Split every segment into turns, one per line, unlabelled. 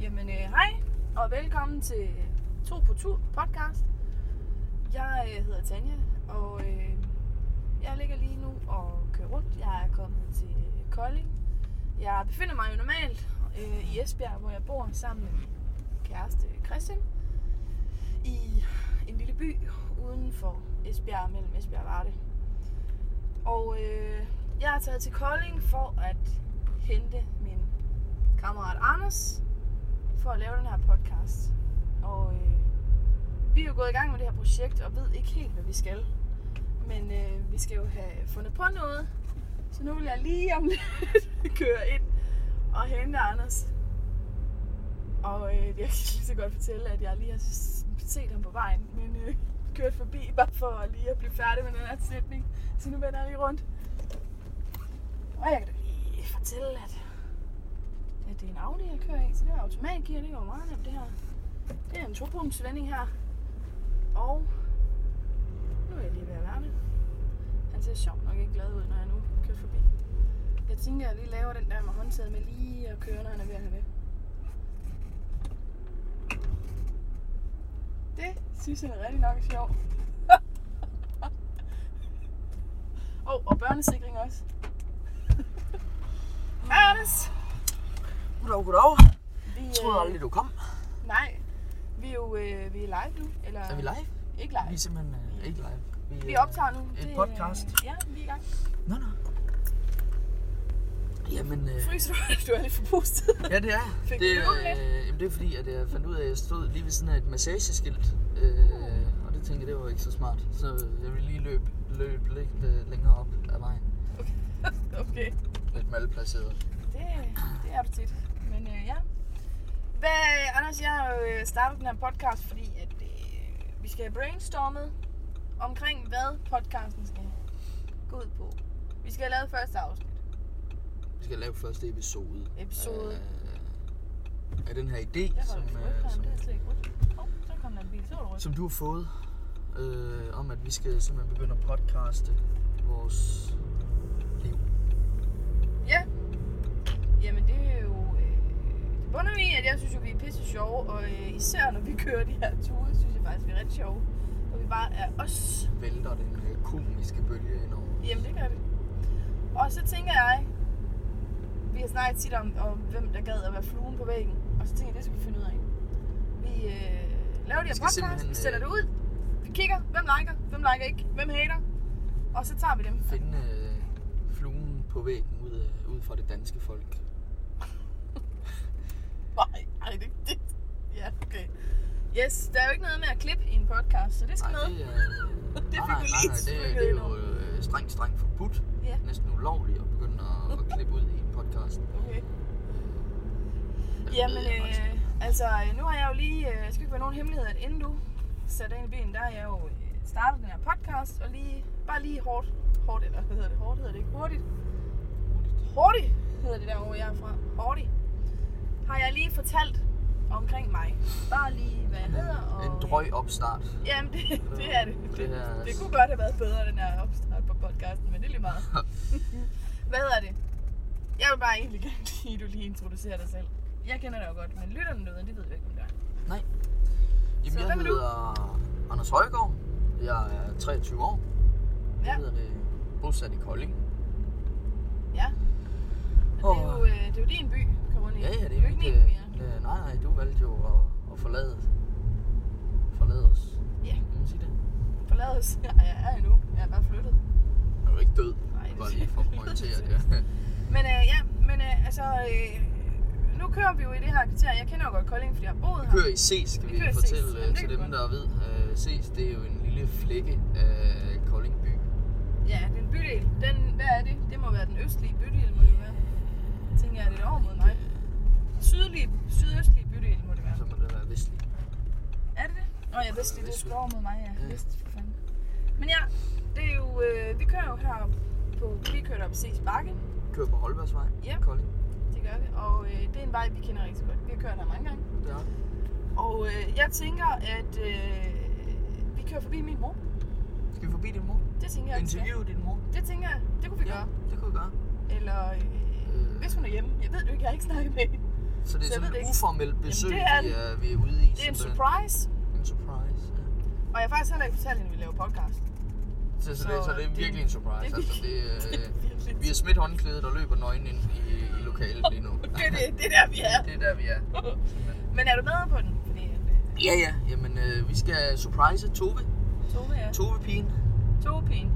Jamen, øh, hej, og velkommen til øh, To på Tur podcast. Jeg øh, hedder Tanja, og øh, jeg ligger lige nu og kører rundt. Jeg er kommet til øh, Kolding. Jeg befinder mig jo normalt øh, i Esbjerg, hvor jeg bor sammen med min kæreste Christian. I en lille by uden for Esbjerg, mellem Esbjerg og Varde. Og øh, jeg er taget til Kolding for at hente min kammerat Anders for at lave den her podcast. Og øh, vi er jo gået i gang med det her projekt og ved ikke helt, hvad vi skal. Men øh, vi skal jo have fundet på noget. Så nu vil jeg lige om lidt køre ind og hente Anders. Og øh, jeg kan lige så godt fortælle, at jeg lige har s- set ham på vejen, men øh, kørt forbi bare for lige at blive færdig med den her sætning. Så nu vender jeg lige rundt. Og jeg kan da lige fortælle, at Ja, det er en Audi, jeg kører i, så det er automatgear, det går meget nemt det her. Det er en topunktsvending her. Og nu er jeg lige ved at være det. Han ser sjovt nok ikke glad ud, når jeg nu kører forbi. Jeg tænker, jeg lige laver den der med håndtaget med lige at køre, når han er ved at have med. Det synes han er rigtig nok sjovt. oh, og børnesikring også. Hej, Anders!
Goddag, goddag.
Vi, øh,
Jeg troede aldrig, du kom.
Nej, vi er jo øh, vi er live nu. Eller,
Er vi live?
Ikke
Vi
live.
er simpelthen øh, ikke live.
Vi optager nu.
Et
Det, øh,
podcast.
Ja, vi er i gang.
Nå, nå. Jamen, øh,
Fryser du? Du er lidt forpustet.
ja, det er jeg.
Fik
det,
du lukket
øh, jamen, det er fordi, at jeg fandt ud af, at jeg stod lige ved siden af et massageskilt. Øh, og det tænkte jeg, det var ikke så smart. Så jeg ville lige løbe, løbe lidt øh, længere op ad vejen.
Okay.
Lidt malplaceret.
Det, øh, det er du tit. Men øh, ja. Hvad, Anders, jeg har jo øh, startet den her podcast, fordi at, øh, vi skal have brainstormet omkring, hvad podcasten skal gå ud på. Vi skal have lavet første afsnit.
Vi skal lave første episode.
Episode.
Øh, af den her idé,
Jeg
Øh, som,
holder for
øh,
ryggen,
som,
det er slet ikke rødt. Åh, så kom der en bil. Så var du rødt.
som du har fået, øh, om at vi skal simpelthen begynde at podcaste vores liv.
Ja. Jamen det er jo... Øh, det bunder i, at jeg synes jo, vi er pisse sjove, og øh, især når vi kører de her ture, synes jeg faktisk, vi er ret sjove. Og vi bare er os.
Vælter den øh, komiske bølge ind over.
Jamen det gør vi. Og så tænker jeg, vi har snakket tit om, om hvem der gad at være fluen på væggen, og så tænker jeg, det skal vi finde ud af. Vi øh, laver de her
skal
podcast,
simpelthen,
vi
øh,
sætter det ud, vi kigger, hvem liker, hvem liker ikke, hvem hater, og så tager vi dem.
Finde øh, fluen på væggen ud, af, ud fra det danske folk.
Nej, nej, det, det... Ja, okay. Yes, der er jo ikke noget med at klippe i en podcast, så det skal
Nej,
med.
det er, det
fik
nej, nej,
vi
nej,
lige
nej, det,
smykket
det er
ind
jo øh, strengt, strengt forbudt.
Ja.
Næsten ulovligt at begynde at, at klippe ud i en podcast.
Okay.
øh, Det
Jamen,
ved jeg faktisk.
øh, altså, øh, nu har jeg jo lige... Øh, det skal ikke være nogen hemmelighed, at inden du satte dig ind i bilen, der har jeg jo øh, startet den her podcast, og lige, bare lige hårdt, hårdt, eller hvad hedder det, hårdt hedder det ikke, hurtigt, hurtigt hedder det der, hvor jeg er fra, hurtigt, har jeg lige fortalt omkring mig. Bare lige, hvad jeg hedder, og...
En drøg opstart.
Jamen, det, det er det. Det,
Det
det,
er-
det kunne godt have været bedre, den her opstart på podcasten, men det er lige meget. Hvad hedder det? Jeg vil bare egentlig gerne lige, at du lige introducerer dig selv. Jeg kender dig jo godt, men lytterne derude, de ved jo ikke, hvem du er.
Jamen,
Så
jeg
hvem er du?
hedder Anders Højgaard. Jeg er 23 år.
Ja.
Jeg hedder det bosat i Kolding.
Og det, er jo, øh, det er jo din by, Karone.
Ja, ja, det
jo
er
ikke
mit...
min
øh,
mere.
øh, nej, nej, du valgte jo at, at forlade, forlade os.
Ja.
Kan man sige det?
Forlad os. Ja, jeg er endnu. Jeg er bare flyttet.
Jeg er jo ikke død.
Nej, det
Bare lige for at orientere det.
Men øh, ja, men øh, altså, øh, nu kører vi jo i det her kvarter. Jeg kender jo godt Kolding, fordi jeg har boet
Vi
her.
kører i Ses, skal
Vi
vi,
kører i Seest.
fortælle
Jamen, det
øh, til
kan vi
dem, der ved. Øh, Ses, det er jo en lille flække af Kolding by.
Ja, det er en bydel. Den, hvad er det? Det må være den østlige bydel, må det være. Tænker jeg, det er over mod mig. Sydlige, sydøstlige bydel, må det være.
Så må det være vestlig.
Er det det? Nå ja, vestlige, det er sgu over mod mig, ja.
Ja.
Vest, for fanden. Men ja, det er jo, øh, vi kører jo her på, vi kører op Ses Bakke,
Kører på Holbergsvej
Ja.
i Kolding.
det gør vi, og øh, det er en vej, vi kender rigtig godt. Vi har kørt her mange gange.
Der.
Og øh, jeg tænker, at øh, vi kører forbi min mor.
Skal vi forbi din mor?
Det tænker jeg, vi skal.
Interviewe din mor?
Det tænker jeg, det kunne vi gøre.
det kunne vi gøre.
Eller øh, hvis hun er hjemme. Jeg ved det jo ikke, jeg har ikke snakket med hende.
Så det er
Så jeg ved
sådan
det
et
ikke.
uformelt besøg,
det er
vi, er, vi er ude
Det
i.
er en
simpelthen.
surprise.
En surprise, ja.
Og jeg har faktisk heller ikke fortalt hende, at vi laver podcast.
Øh. Så, så,
Så
det, så det er
det-
virkelig en surprise.
det er
altså, det,
Det er
øh,
virkelig-
vi har smidt håndklædet og løber nøgen ind i, i lokalet lige nu.
Det er det, det er der, vi er.
Det er der, vi er.
Men er du med på den? Fordi øh,
Ja, ja. Jamen, øh, vi skal surprise Tove.
Tove er
Tove-pigen.
Tove pigen.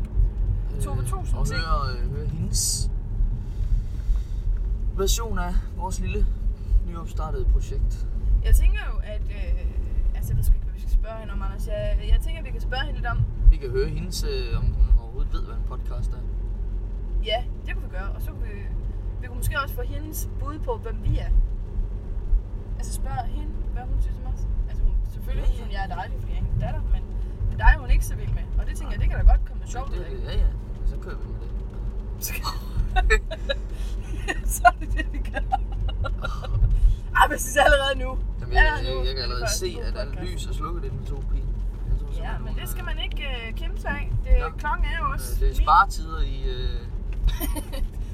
Tove Tusind
Og
Ting.
høre, øh, høre hendes version af vores lille nyopstartede projekt.
Jeg tænker jo, at... Øh, altså, jeg ved sgu ikke, hvad vi skal spørge hende om, Anders. Jeg, jeg tænker, at vi kan spørge hende lidt om...
Vi kan høre hendes, øh, om hun overhovedet ved, hvad en podcast er.
Ja, det kunne vi gøre. Og så kunne vi... Vi kunne måske også få hendes bud på, hvem vi er. Altså spørge hende, hvad hun synes om os. Altså hun, selvfølgelig
Ja, ja.
synes hun, jeg er dejlig, fordi jeg er hendes datter, men men dig er hun ikke så vild med. Og det tænker jeg, det kan da godt komme noget sjovt ud
det,
af.
det, ja, ja. Så kører vi med det.
så er det det, vi gør. Ej, men jeg synes allerede nu.
Jamen, jeg,
Allerede nu
jeg, jeg kan
er det
allerede
først
se,
nu
at alt
podcast.
lys er slukket inde med Tove-pigen. Jeg tror
Ja,
simpelthen,
men
hun,
det skal
øh,
man ikke øh, kæmpe sig af. Det,
Nå.
Klokken er jo også
Det er
min.
sparetider i, øh,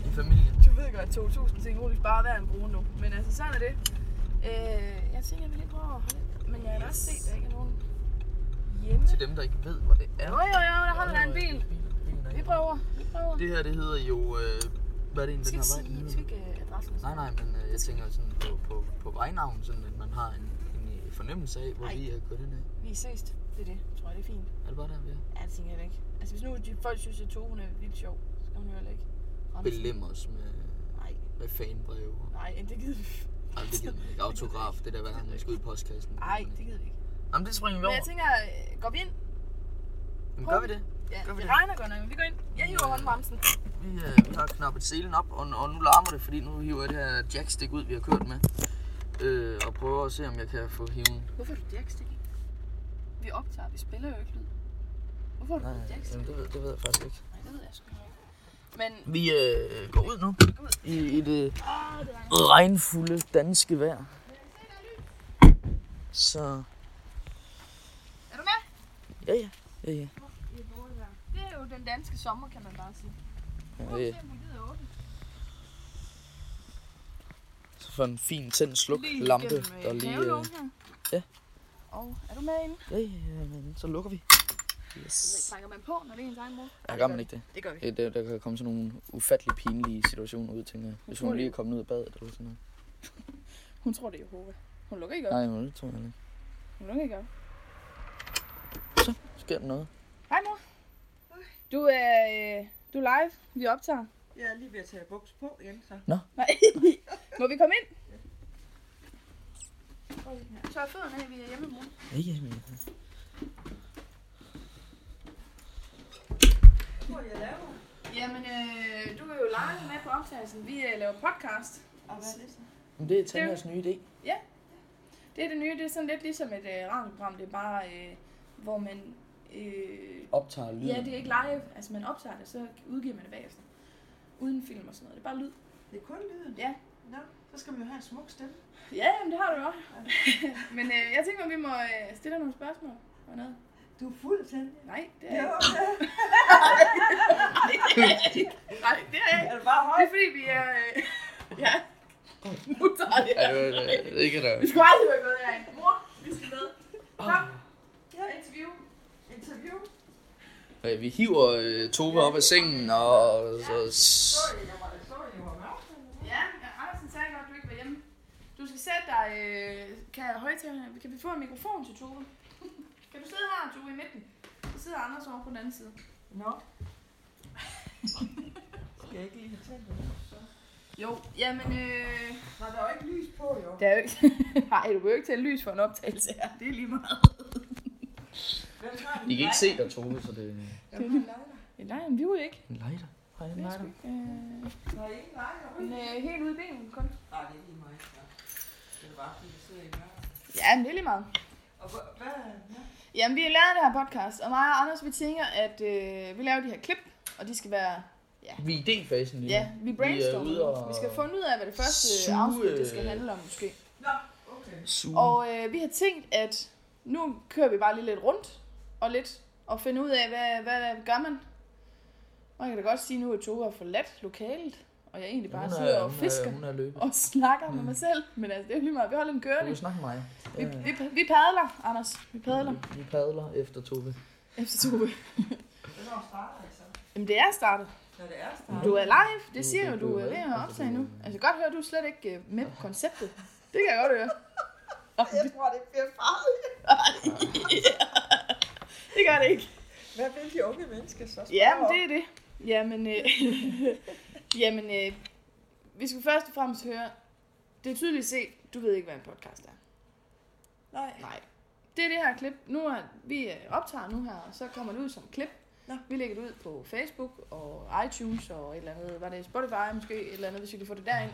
i familien.
Du ved godt, 2000 ting roligt bare hver en bruge nu. Men altså, sådan er det. Øh, jeg tænker, jeg vil lige prøve at holde Men jeg kan da også se, at der ikke er nogen hjemme.
Til dem, der ikke ved, hvor det er. øh,
Jo, jo, jo, der holder der en bil.
Bilen er
Vi
ikke-
prøver, vi prøver.
Det her, det hedder jo... Øh, hvad er det en,
Jeg skal
den
ikke
her vej?
sige, jeg skal ikke øh, adressen.
Nej, nej, men øh, jeg tænker sådan på, på, på vejnavn, sådan at man har en, en øh, fornemmelse af, hvor
Ej.
vi er gået ind af.
Vi ses. Det er det. Jeg tror, det er fint.
Er det bare der, vi er?
Ja, det tænker jeg da ikke. Altså, hvis nu de folk synes, at Tove hun er vildt sjov, så skal hun jo heller ikke. rense.
Belem os med,
Nej,
med fanbreve.
nej, det gider vi.
Ej, det gider man ikke. Autograf, det der hver gang, man skal ud i postkassen.
Nej, det gider vi ikke.
Jamen, det springer vi
Men
over.
jeg tænker, øh, går vi ind?
Jamen, gør vi det?
Ja,
Gør vi
det
det?
regner godt nok, men vi går ind. Jeg hiver håndbremsen.
Vi, øh, vi har knappet selen op, og, og nu larmer det, fordi nu hiver jeg det her jackstick ud, vi har kørt med. Øh, og prøver at se, om jeg kan få hiven.
Hvorfor har du jackstik i? Vi optager, vi spiller jo ikke lyd. Hvorfor har du Nej, jackstik?
det ved, det ved jeg faktisk ikke.
Nej, det ved jeg sgu ikke. Men
Vi øh, går ud nu
gå ud.
i, i det
Åh, det regner.
regnfulde danske vejr. Så
Er du med?
ja, ja. ja, ja.
Det er jo den danske sommer, kan man bare sige. Nu
Øh,
er politiet åbent.
så for en fin tændt sluk
Lige
lampe,
igennem, øh,
der lige... Øh,
havelågen her.
ja.
Og er du med inde?
ja, ja, men så lukker vi. Yes.
Snakker man på, når det er ens egen mor?
Jeg gør man ikke det.
Det gør vi.
Det, der, der kan komme sådan nogle ufattelig pinlige situationer ud, tænker jeg. Hvis hun
Utroligt.
lige er kommet ud af badet eller sådan noget.
Hun tror, det er Jehova. Hun lukker ikke op.
Nej, men det tror jeg ikke.
Hun lukker ikke op.
Sker der noget?
Hej mor. Du er, øh, du er live. Vi optager.
Jeg er lige ved at tage buks på igen, så.
Nej. Må vi komme ind? Tør fødderne af, vi er hjemme, mor.
Ja, ja, men...
Hvor jeg laver.
Jamen, øh, du er jo live med på optagelsen. Vi øh, laver podcast.
Og hvad er det så?
Men det er Tanjas nye idé.
Det er det nye. Det er sådan lidt ligesom et øh, radioprogram. Det er bare, øh, hvor man... Øh,
Optager lyden.
ja, det er ikke live. Altså, man optager det, så udgiver man det bagefter. Uden film og sådan noget. Det er bare lyd.
Det er kun lyden?
Ja.
Nå, så skal man jo have en smuk stemme.
Ja, jamen, det har du jo også. Men øh, jeg tænker, vi må øh, stille dig nogle spørgsmål. Og noget.
Du er fuld, Tanja.
Nej, det er
Ja,
jeg ikke.
okay.
Nej, det er jeg ikke.
Er du bare høj?
Det er fordi, vi er... Øh, ja. Nu tager jeg.
Ja, det, det, det ikke
Vi
der.
skulle aldrig være gået herind. Mor, vi skal med. Kom,
Ja,
interview.
interview.
Vi hiver øh, Tove op af sengen, og, og så...
Så er det, jeg var, så er det, jeg var med.
Ja, Andersen sagde godt, du ikke var hjemme. Du skal sætte dig... Øh, kan jeg højtale? Kan vi få en mikrofon til Tove? Kan du sidde her, Tove, i midten? Så sidder Anders over på den anden side.
Nå. skal jeg ikke lige have tændt det?
Jo, jamen øh...
Nå, der er jo ikke lys på, jo.
Det er jo ikke... Nej, du behøver ikke tænde lys for en optagelse her. Det er lige meget.
Hvem har den?
I kan ikke se dig, Tove, så det er
Hvem har en lighter?
Nej, men vi er jo ikke.
en lighter. Har jeg en lighter?
Øh,
Nå, I ikke en lighter?
men øh, helt ude i benen kun.
Nej, det er lige mig. Ja. Det er bare, fordi jeg sidder i mørket.
Ja, men det er lige meget.
Og hvor, hvad? Ja.
Jamen, vi har lavet det her podcast, og mig og Anders, vi tænker, at øh, vi laver de her klip, og de skal være,
Vi er i idéfasen lige nu.
ja, vi brainstormer.
ude og-
Vi skal have fundet ud af, hvad det første
Suge-
øh, afsnit, det skal handle om, måske.
Nå, okay.
Suge.
Og øh, vi har tænkt, at nu kører vi bare lige lidt rundt, og lidt, og finder ud af, hvad, hvad gør man. Og jeg kan da godt sige nu, at Tove har forladt lokalet, Og jeg egentlig bare
hun er-
sidder og
hun er-
fisker
Hun er løbet.
og snakker med
Mm.
mig selv. Men altså, det er jo lige meget. Vi holder en
Du
gørning.
vil snakke med mig.
Vi, vi, vi padler, Anders. Vi padler
Vi- Vi padler efter Tove.
efter Tove.
Hvornår starter I så?
Jamen, det er startet.
Når det er
Men
startet?
Du er live, det
Du-
siger jeg jo,
du-
du
du
er
er
ved
live,
at
altså,
optage
du-
nu. Altså, jeg kan godt høre, at du er slet ikke øh, med på konceptet. Det kan jeg godt høre. Og
Jeg tror, det bliver farligt.
det gør det ikke.
Hvad vil de unge mennesker så spørge
Jamen,
om?
det er det. Jamen, øh, jamen øh, vi skal først og fremmest høre, det er tydeligt set, du ved ikke, hvad en podcast er.
Nej.
Nej. Det er det her klip. Nu er, vi øh, optager nu her, og så kommer det ud som klip.
Nå.
Vi lægger det ud på Facebook og iTunes og et eller andet, var det Spotify måske, et eller andet, hvis vi kan få det derind.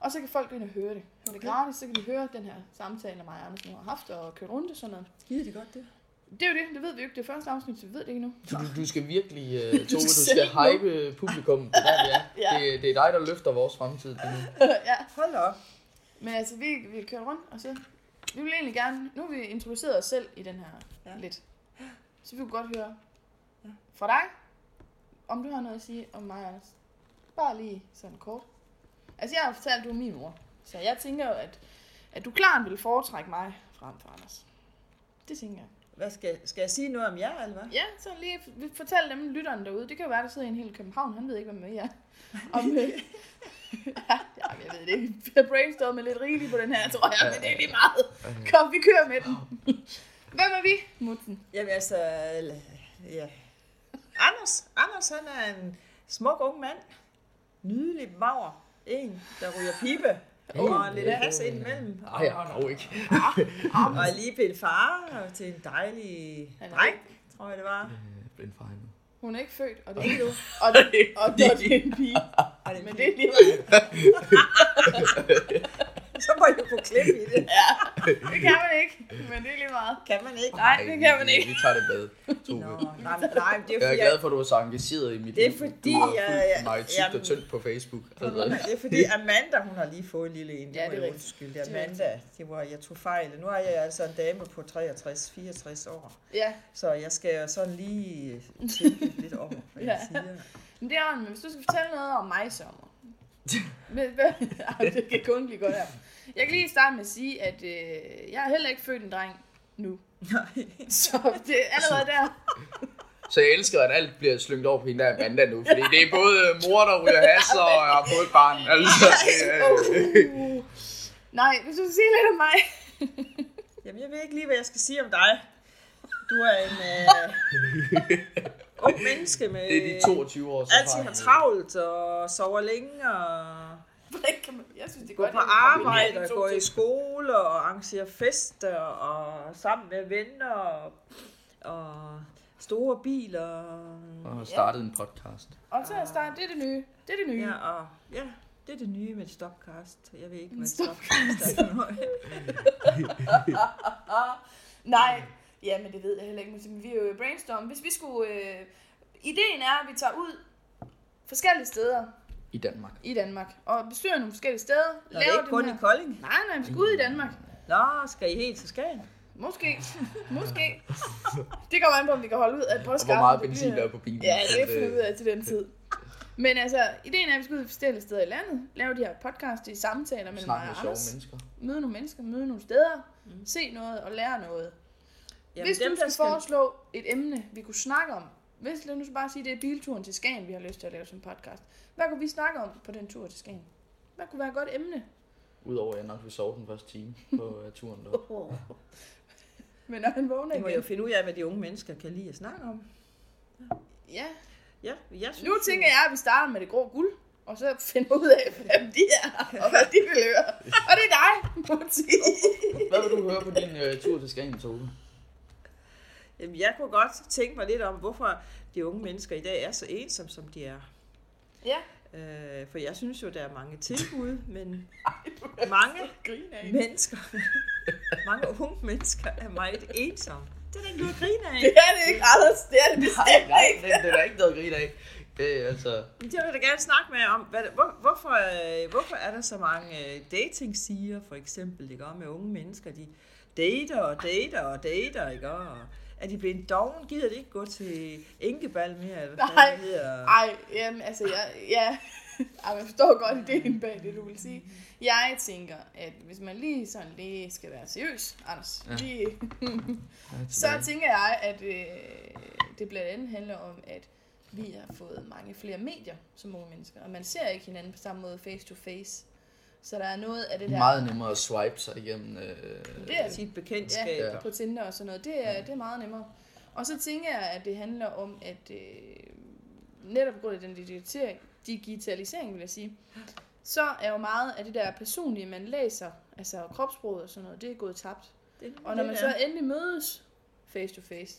Og så kan folk gå ind og høre det. Når det er
Okay.
gratis, så kan de høre den her samtale, der mig og Anders nu har haft og kørt rundt og sådan noget.
Gider de godt det?
Det er jo det, det ved vi jo ikke. Det er første afsnit, så vi ved det ikke nu.
Du, du, du skal virkelig, uh,
skal
Tove, du
sælge
skal
noget.
hype publikum. Det, er der, vi er.
Ja.
det, det er dig, der løfter vores fremtid lige nu.
ja.
Hold op.
Men altså, vi, vi kører rundt, og så... Vi vil egentlig gerne... Nu har vi introduceret os selv i den her ja.
Ja.
lidt. Så vi kunne godt høre
Ja.
fra dig, om du har noget at sige om mig, Anders. Bare lige sådan kort. Altså, jeg har fortalt, at du er min mor. Så jeg tænker jo, at, at du klart vil foretrække mig frem for Anders. Det tænker jeg.
Hvad skal, skal jeg sige noget om jer, eller hvad?
Ja, så lige f- vi fortæl dem, lytteren derude. Det kan jo være, der sidder en helt i København. Han ved ikke, hvad med jer. Om, øh, ja, jamen, jeg ved det ikke. Vi har brainstormet lidt rigeligt på den her, tror jeg, men det er lige meget. Kom, vi kører med den. Hvem er vi, Mutten?
Jamen altså, ja. Anders, Anders han er en smuk ung mand. Nydelig mager. En, der ryger pibe.
Uh.
Og en lille has indimellem.
Nej, jeg har ikke.
Og er lige blevet far og til en dejlig
Han er-
dreng, tror jeg det var.
Blind for hende.
Hun er ikke født, og det er du. Og det, og det, og det er en pige.
Og
Men
det, men
det
det,
er lige meget.
så må jeg få klip i det.
Det kan man ikke, men det er lige meget.
Kan man ikke?
Nej, det kan man
vi-
ikke.
Vi tager det bad, Tove.
Nå, nej, men- nej, men det er
Jeg er
fordi,
glad for, at du er så engageret i mit
Det er fordi, jeg- jeg-
Nej, tykt og
jamen-
tyndt på Facebook.
Nej, Det er fordi Amanda, hun har lige fået en lille en. Det
Ja,
ja,
det er
det er
rigtigt.
undskyld.
Det er
Amanda, det var, jeg tog fejl. Nu er jeg altså en dame på 63-64 år.
Ja,
Så jeg skal jo sådan lige tænke lidt over, hvad jeg
Ja.
siger.
men det er ånden. Men hvis du skal fortælle noget om mig, sommer. Men, hvad? Ej, det kan kun blive godt her. Jeg kan lige starte med at sige, at øh, jeg er heller ikke født en dreng nu.
Nej.
Så det er allerede der.
Så jeg elsker, at alt bliver slynget over på hende der Amanda nu. Fordi det er både øh, mor, der ryger has, og jeg har fået et barn. Altså, øh,
Uh. Nej, hvis du skal sige lidt om mig.
Jamen, jeg ved ikke lige, hvad jeg skal sige om dig. Du er en øh, ung menneske med...
det er de 22 år, som
Altid har travlt og sover længe og
Hvordan kan man- Jeg synes, det er
går
godt.
på
at vi kombinerer
arbejde
de
og
to
går i
ting.
skole og arrangerer fester og sammen med venner og, og store biler.
Og har startet en podcast.
Og så er jeg startet, det er det nye. Det er det nye.
Ja, og ja, det er det nye med et stopcast. Jeg ved ikke, hvad et stopcast er for noget.
Nej, ja, men det ved jeg heller ikke. Men vi er jo i brainstorm. Hvis vi skulle... Øh, ideen er, at vi tager ud forskellige steder
I Danmark.
i Danmark. Og besøger nogle forskellige steder.
Nå, det er ikke kun i Kolding.
Nej, nej, vi skal ud i Danmark.
Nå, skal I helt til Skagen?
Måske. Måske. Det kommer an på, om vi kan holde ud af
Og hvor
brystkaffe.
meget benzin der er på bilen. øh,
Ja, det
Så
finder vi ud af til den tid. Men altså, ideen er, at vi skal ud forskellige steder i landet, lave de her podcasts, de samtaler mellem
Snak
mig
med
og øh,
sjove
Anders,
mennesker.
møde nogle mennesker, møde nogle steder, se noget og lære noget. Jamen, hvis du
Mm. der
skal foreslå et emne, vi kunne snakke om, hvis nu skal bare sige, det er bilturen til Skagen, vi har lyst til at lave som podcast. Hvad kunne vi snakke om på den tur til Skagen? Hvad kunne være et godt emne?
Udover at jeg nok vil sove den første time på øh, turen der.
Men når han vågner
Det må jeg jo
igen.
finde ud af, hvad de unge mennesker kan lide at snakke om.
Ja.
Ja, jeg synes,
Nu
jo-
tænker jeg, at vi starter med det grå guld, og så finder ud af, hvem de er, og hvad de vil høre. Og det er dig, Monty.
Hvad vil du høre på din øh, tur til Skagen, Tove?
Jamen, jeg kunne godt tænke mig lidt om, hvorfor de unge mennesker i dag er så ensomme, som de er.
Ja.
Øh, for jeg synes jo, der er mange tilbud, men mange
Griner ikke.
mennesker, mange unge mennesker er meget ensomme. Det er da ikke noget at grine af.
Det er det ikke, Anders. Det er det bestemt
Nej,
ikke.
det, det er der ikke noget grin af. Det er altså...
Men Det vil jeg da gerne snakke med jer om. Hvad, hvor, hvorfor, øh, hvorfor er der så mange øh, dating-sider, for eksempel, ikke? Og med unge mennesker, de dater og dater og dater, ikke? Og er de blevet doven? Gider de ikke gå til enkebal mere? Eller hvad
Nej.
fanden det hedder?
Ej, jamen, altså, jeg, ja. Ej, man forstår godt ideen bag det, du vil sige. Jeg tænker, at hvis man lige sådan lige skal være seriøs, Anders, ja.
Ja.
lige,
Ja,
så tænker jeg, at øh, det blandt andet handler om, at vi har fået mange flere medier som unge mennesker, og man ser ikke hinanden på samme måde face to face. Så der er noget af det der
Meget nemmere at swipe sig igennem. Øh,
Det er
Sit bekendtskab.
Ja.
Ja.
på Tinder og sådan noget, det er, det er meget nemmere. Og så tænker jeg, at det handler om, at øh, netop på grund af den digitalisering, digitalisering, vil jeg sige, så er jo meget af det der personlige, man læser, altså kropsproget og sådan noget, det er gået tabt. Og når man så endelig mødes face to face,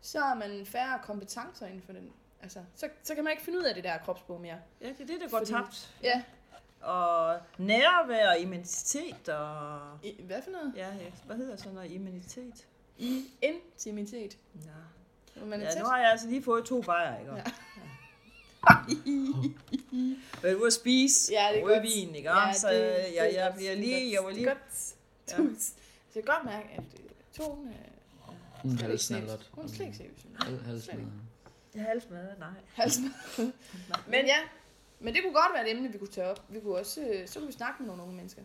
så er man færre kompetencer inden for den. Altså, så, så kan man ikke finde ud af det der kropsprog mere.
Ja, det er det, der går
Fordi-
tabt.
Ja,
Og nærvær og immunitet og...
i, hvad for noget?
Ja, ja, hvad hedder sådan noget? Immunitet?
Intimitet.
Ja.
Når man er
ja,
tæt.
nu har jeg altså lige fået to bajer, ikke?
Ja.
Ja. Været ude at spise
Ja, det er godt.
rødvin, ikke? Ja, så
det-
jeg,
det er
jeg, jeg,
godt.
bliver
Det er
lige,
godt.
jeg var
Det
lige...
er godt.
Ja.
Du- Så jeg kan godt mærke, at øh, tonen er
Hun
slet
er
ikke
snallert.
seriøs. Hun er slet ikke seriøs.
Hal- halsmad.
Jeg har alt med, nej.
Altså, men ja, men det kunne godt være et emne, vi kunne tage op. Vi kunne også, øh, så kunne vi snakke med nogle unge mennesker.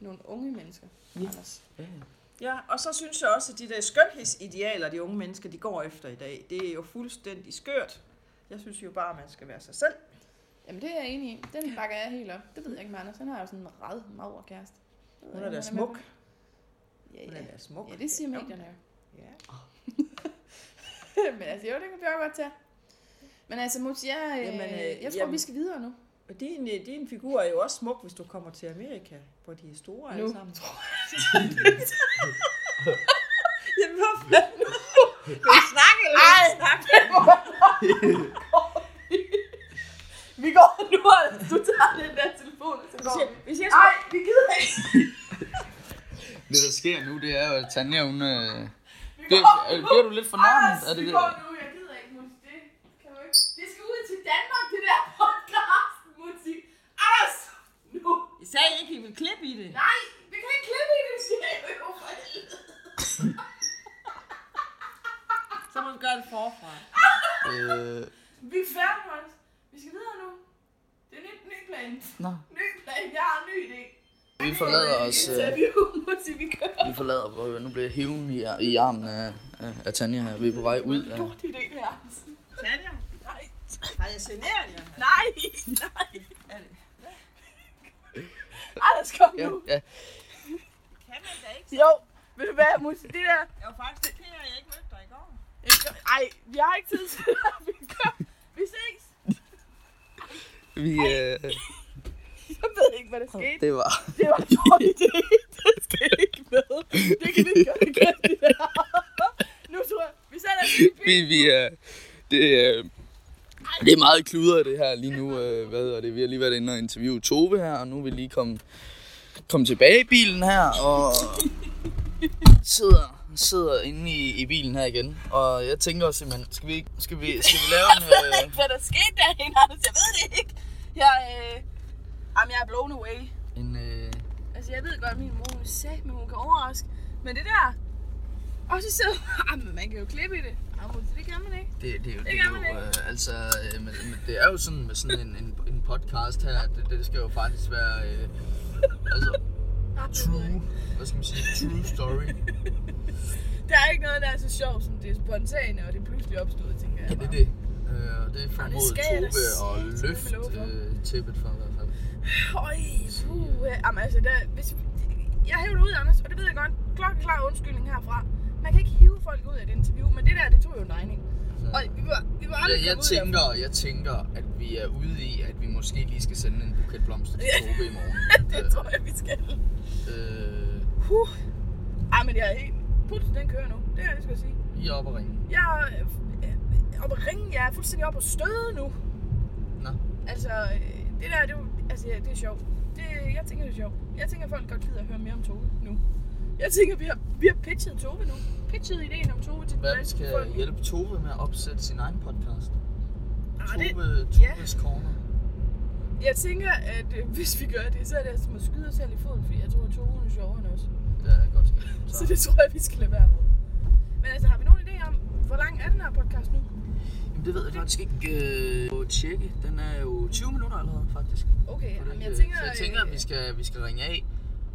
Nogle unge mennesker,
Ja.
Anders.
Ja, og så synes jeg også, at de der skønhedsidealer, de unge mennesker, de går efter i dag, det er jo fuldstændig skørt. Jeg synes jo bare, at man skal være sig selv.
Jamen det er jeg enig i. Den bakker jeg helt op. Det ved jeg ikke med Anders. Han har jo sådan en red, maver kæreste. Det ved
Hun
jeg
er da
ikke, om han med
smuk.
på. Ja,
Hun
ja.
er da smuk.
ja, det siger
Ja.
medierne jo.
Ja.
men altså, jo, det kan vi også godt tage. Men altså, Muts, jeg, øh,
Jamen, øh,
jeg tror,
jamen.
vi skal videre nu.
Og din, øh, din figur er jo også smuk, hvis du kommer til Amerika, hvor de er store altså. alle
Nu.
sammen. Jamen, hvor fanden? Vil I snakke eller vil I ikke snakke?
Vi går nu, Anders. Du tager den der telefon, og så
Hvis jeg- Hvis jeg
Nej, vi gider ikke.
Det der sker nu, det er jo, at Tanja, hun... Øh, det, øh, bliver du lidt fornærmet af det
Ah, vi
der?
går nu. Jeg gider ikke, Muts. Det kan du ikke. Det skal ud til Danmark, det der podcast, Muts. Anders, nu.
I sagde ikke, I ville klippe i det.
Nej, vi kan ikke klippe i det, siger jeg jo. for helvede.
Så må du gøre det forfra.
Øh,
Vi er færdige, Hans. Vi skal videre nu. Det er nyt, ny plan.
nå.
Ny plan. Jeg har en ny idé.
Vi forlader os... Øh,
Interview, Muts. Vi kører.
vi forlader... Prøv at høre, nu bliver jeg hiven i, i armen af, af- af Tanja her. Vi er på vej ud af...
Lort idé, det er, Hans.
Tanja,
Nej.
har jeg generet jer?
Nej, nej. Anders, kom
Ja,
nu.
ja.
Kan man da ikke?
Jo, ved du hvad, Musse, det der...
Jeg var faktisk ked af, at jeg ikke mødte dig i går.
Ej, vi har ikke tid til det her. Vi, gør- vi ses.
Vi, øh,
Jeg ved ikke, hvad der skete.
det var...
Det var en dårlig idé. Det skal ikke med. Det kan vi ikke gøre igen, det der. Nu tror jeg, vi sætter os i
vi,
bil.
vi er... Det, øh, det er meget kludret det her lige nu. Øh, hvad hedder det? Vi har lige været inde og interviewe Tove her, og nu er vi lige kommet kom tilbage i bilen her, og sidder, sidder inde i, i bilen her igen. Og jeg tænker simpelthen, skal vi, ikke- skal vi, skal vi lave en...
Jeg ved
Øh,
ikke, hvad der skete derinde, Anders. Jeg ved det ikke. Jeg, øh... Jamen, jeg er blown away.
en øh,
Altså, jeg ved godt, at min mor hun er sæt, men hun kan overraske. Men det der... Og så sidder hun... Jamen, man kan jo klippe i det. Jamen, det kan man ikke.
det, det, er jo- det,
Det gør man
er jo, øh, altså, øh, men, men det er jo sådan med sådan en, en, en podcast her, at det, det skal jo faktisk være øh,
Jamen, det
altså,
ved jeg
true,
ikke.
hvad skal man sige, true story.
Der er ikke noget, der er så sjovt, som det er spontane, og det er pludselig opstået, tænker jeg.
Ja, det er
bare.
det. Øh, og det formåede
skal jeg da
Tove at
sige, det
løfte
kan jeg love for.
øh, tæppet for i hvert fald.
Øj, puh, jamen altså, der, hvis, jeg hæver det ud, Anders, og det ved jeg godt. Klokken klar undskyldning herfra. Man kan ikke hive folk ud af et interview, men det der, det tog jo en regning.
Så-
Og vi var, vi var aldrig
Jeg, jeg,
kommet ud af
tænker, jeg tænker, at vi er ude i, at vi måske lige skal sende en buket blomster til Tove i morgen.
det, tror jeg, vi skal.
Øh,
Huh. Ej, men jeg er helt... Put, den kører nu. Det er det, skal jeg sige.
øh, I er oppe og ringe.
Jeg er øh, oppe at ringe. Jeg er fuldstændig oppe at støde nu.
Nå.
Altså, øh, det der, det er, jo- altså, ja, det er sjovt. Det, jeg tænker, det er sjovt. Jeg tænker, folk godt gider at høre mere om Tove nu. Jeg tænker, vi har, vi har pitchet Tove nu. Pitchet ideen om Tove til den
Hvad vi
danske
skal
befolkning.
hjælpe Tove med at opsætte sin egen podcast?
Ah, det-
Tove,
ja.
Toves Corner.
Jeg tænker, at øh, hvis vi gør det, så er det altså som at skyde os selv i foden, fordi jeg tror, at Tove hun er sjovere end os.
Det er godt skidt.
Så
Så.
det tror jeg, vi skal lade være med. Men altså, har vi nogen idé om, hvor lang er den her podcast nu?
Jamen, det ved jeg faktisk ikke øh, på tjekke. Den er jo 20 minutter allerede, faktisk.
Okay,
På den,
jamen, jeg
øh,
tænker...
så jeg tænker, at
øh,
vi skal, vi skal ringe af,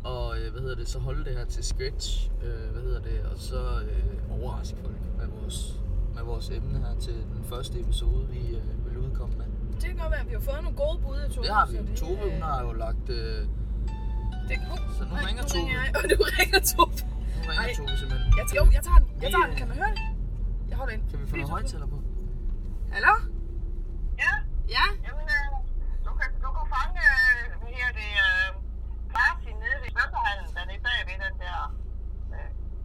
og øh, hvad hedder det, så holde det her til sketch, øh, hvad hedder det, og så øh, overraske folk med vores, med vores emne her til den første episode, vi øh, vil udkomme med.
Det kan godt være, at vi har fået nogle gode bud af Tove.
Det har vi
så
jo. Tove, hun
øh,
har jo lagt... Øh,
Det, uh,
Så nu ringer Tove.
Jeg, og nu ringer Tove.
nu ringer
Ej.
Tove simpelthen.
Jeg, jo, jeg tager den. Jeg tager den.
Vi, øh,
Kan man høre det? Jeg holder ind.
Kan vi få noget højtaler på?
Hallo?
Ja,
Ja?
jamen, øh, du kan, du kan fange øh, hvad hedder det, øh, Martin nede ved svømmehallen, den er bag ved den der øh,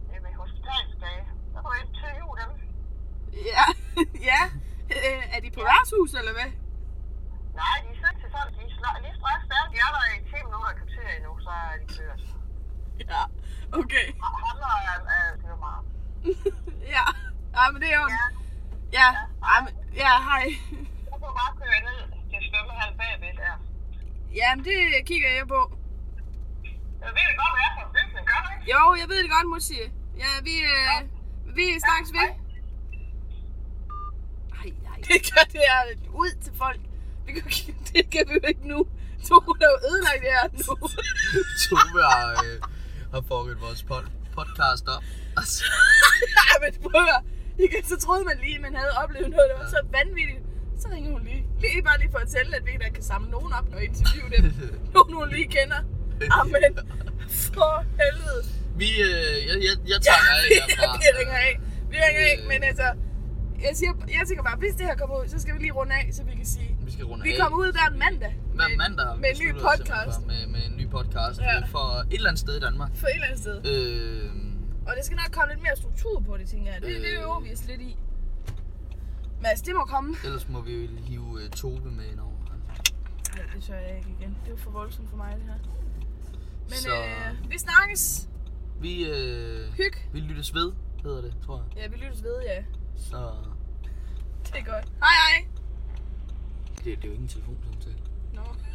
nede ved hospitalsdage. Så kan du interviewe dem.
Ja. ja. Øh, er de på værtshus, eller hvad?
Nej, de er sødt til sådan, de er sla- lige straks der. De er der i 10 minutter i kvarter endnu, så er de kørt.
Ja. Okay.
Og ham og øh, det var meget.
Ja. Ja, men det er jo...
Ja,
Ja. Ja, men, ja hej.
så kan du bare køre ned til svømmehallen bagved der.
Ja, men det kigger jeg på.
Jeg ved det godt, hvad det er for en bygning, gør du ikke?
Jo, jeg ved det godt, Musi. Ja, vi, øh, vi snakkes ved. Nej, nej. Det gør det her ud til folk. Vi kan, det kan vi jo ikke nu. Tone er jo ødelagt det her nu.
Tove har, øh, har fucket vores pod- podcast op. Altså,
ja, men prøv at høre. Igen, så troede man lige, at man havde oplevet noget, der var så vanvittigt. Så ringer hun lige. Lige bare lige for at tælle, at vi der kan samle nogen op og interviewe dem. Nogen hun lige kender. Amen. For helvede.
vi, øh, jeg, jeg, jeg tager af herfra.
vi ringer af. Vi ringer af,
Øh.
men altså... Jeg, siger, jeg tænker bare, hvis det her kommer ud, så skal vi lige runde af, så vi kan sige...
øh, Vi skal runde
Vi
af.
kommer ud hver mandag.
Hver
med-
mandag
Med en ny
beslutter os simpelthen
podcast.
for- Med, med en ny podcast
Ja.
ja. for et eller andet sted i Danmark.
For et eller andet sted.
Øh,
Og det skal nok komme lidt mere struktur på det, tænker jeg. Det, det
Øh.
øver vi os lidt i. Mads, det må komme.
ellers må vi jo hive uh, Tove med ind over.
Nej, det tør jeg ikke igen. Det er jo for voldsomt for mig, det her. Men
Så-
øh, vi snakkes.
Vi, øh,
Hyg.
vi lyttes ved, hedder det, tror jeg.
Ja, vi lyttes ved, ja.
Så
Det er godt. Hej, hej.
det, det er jo ingen telefonsamtale.
Nå.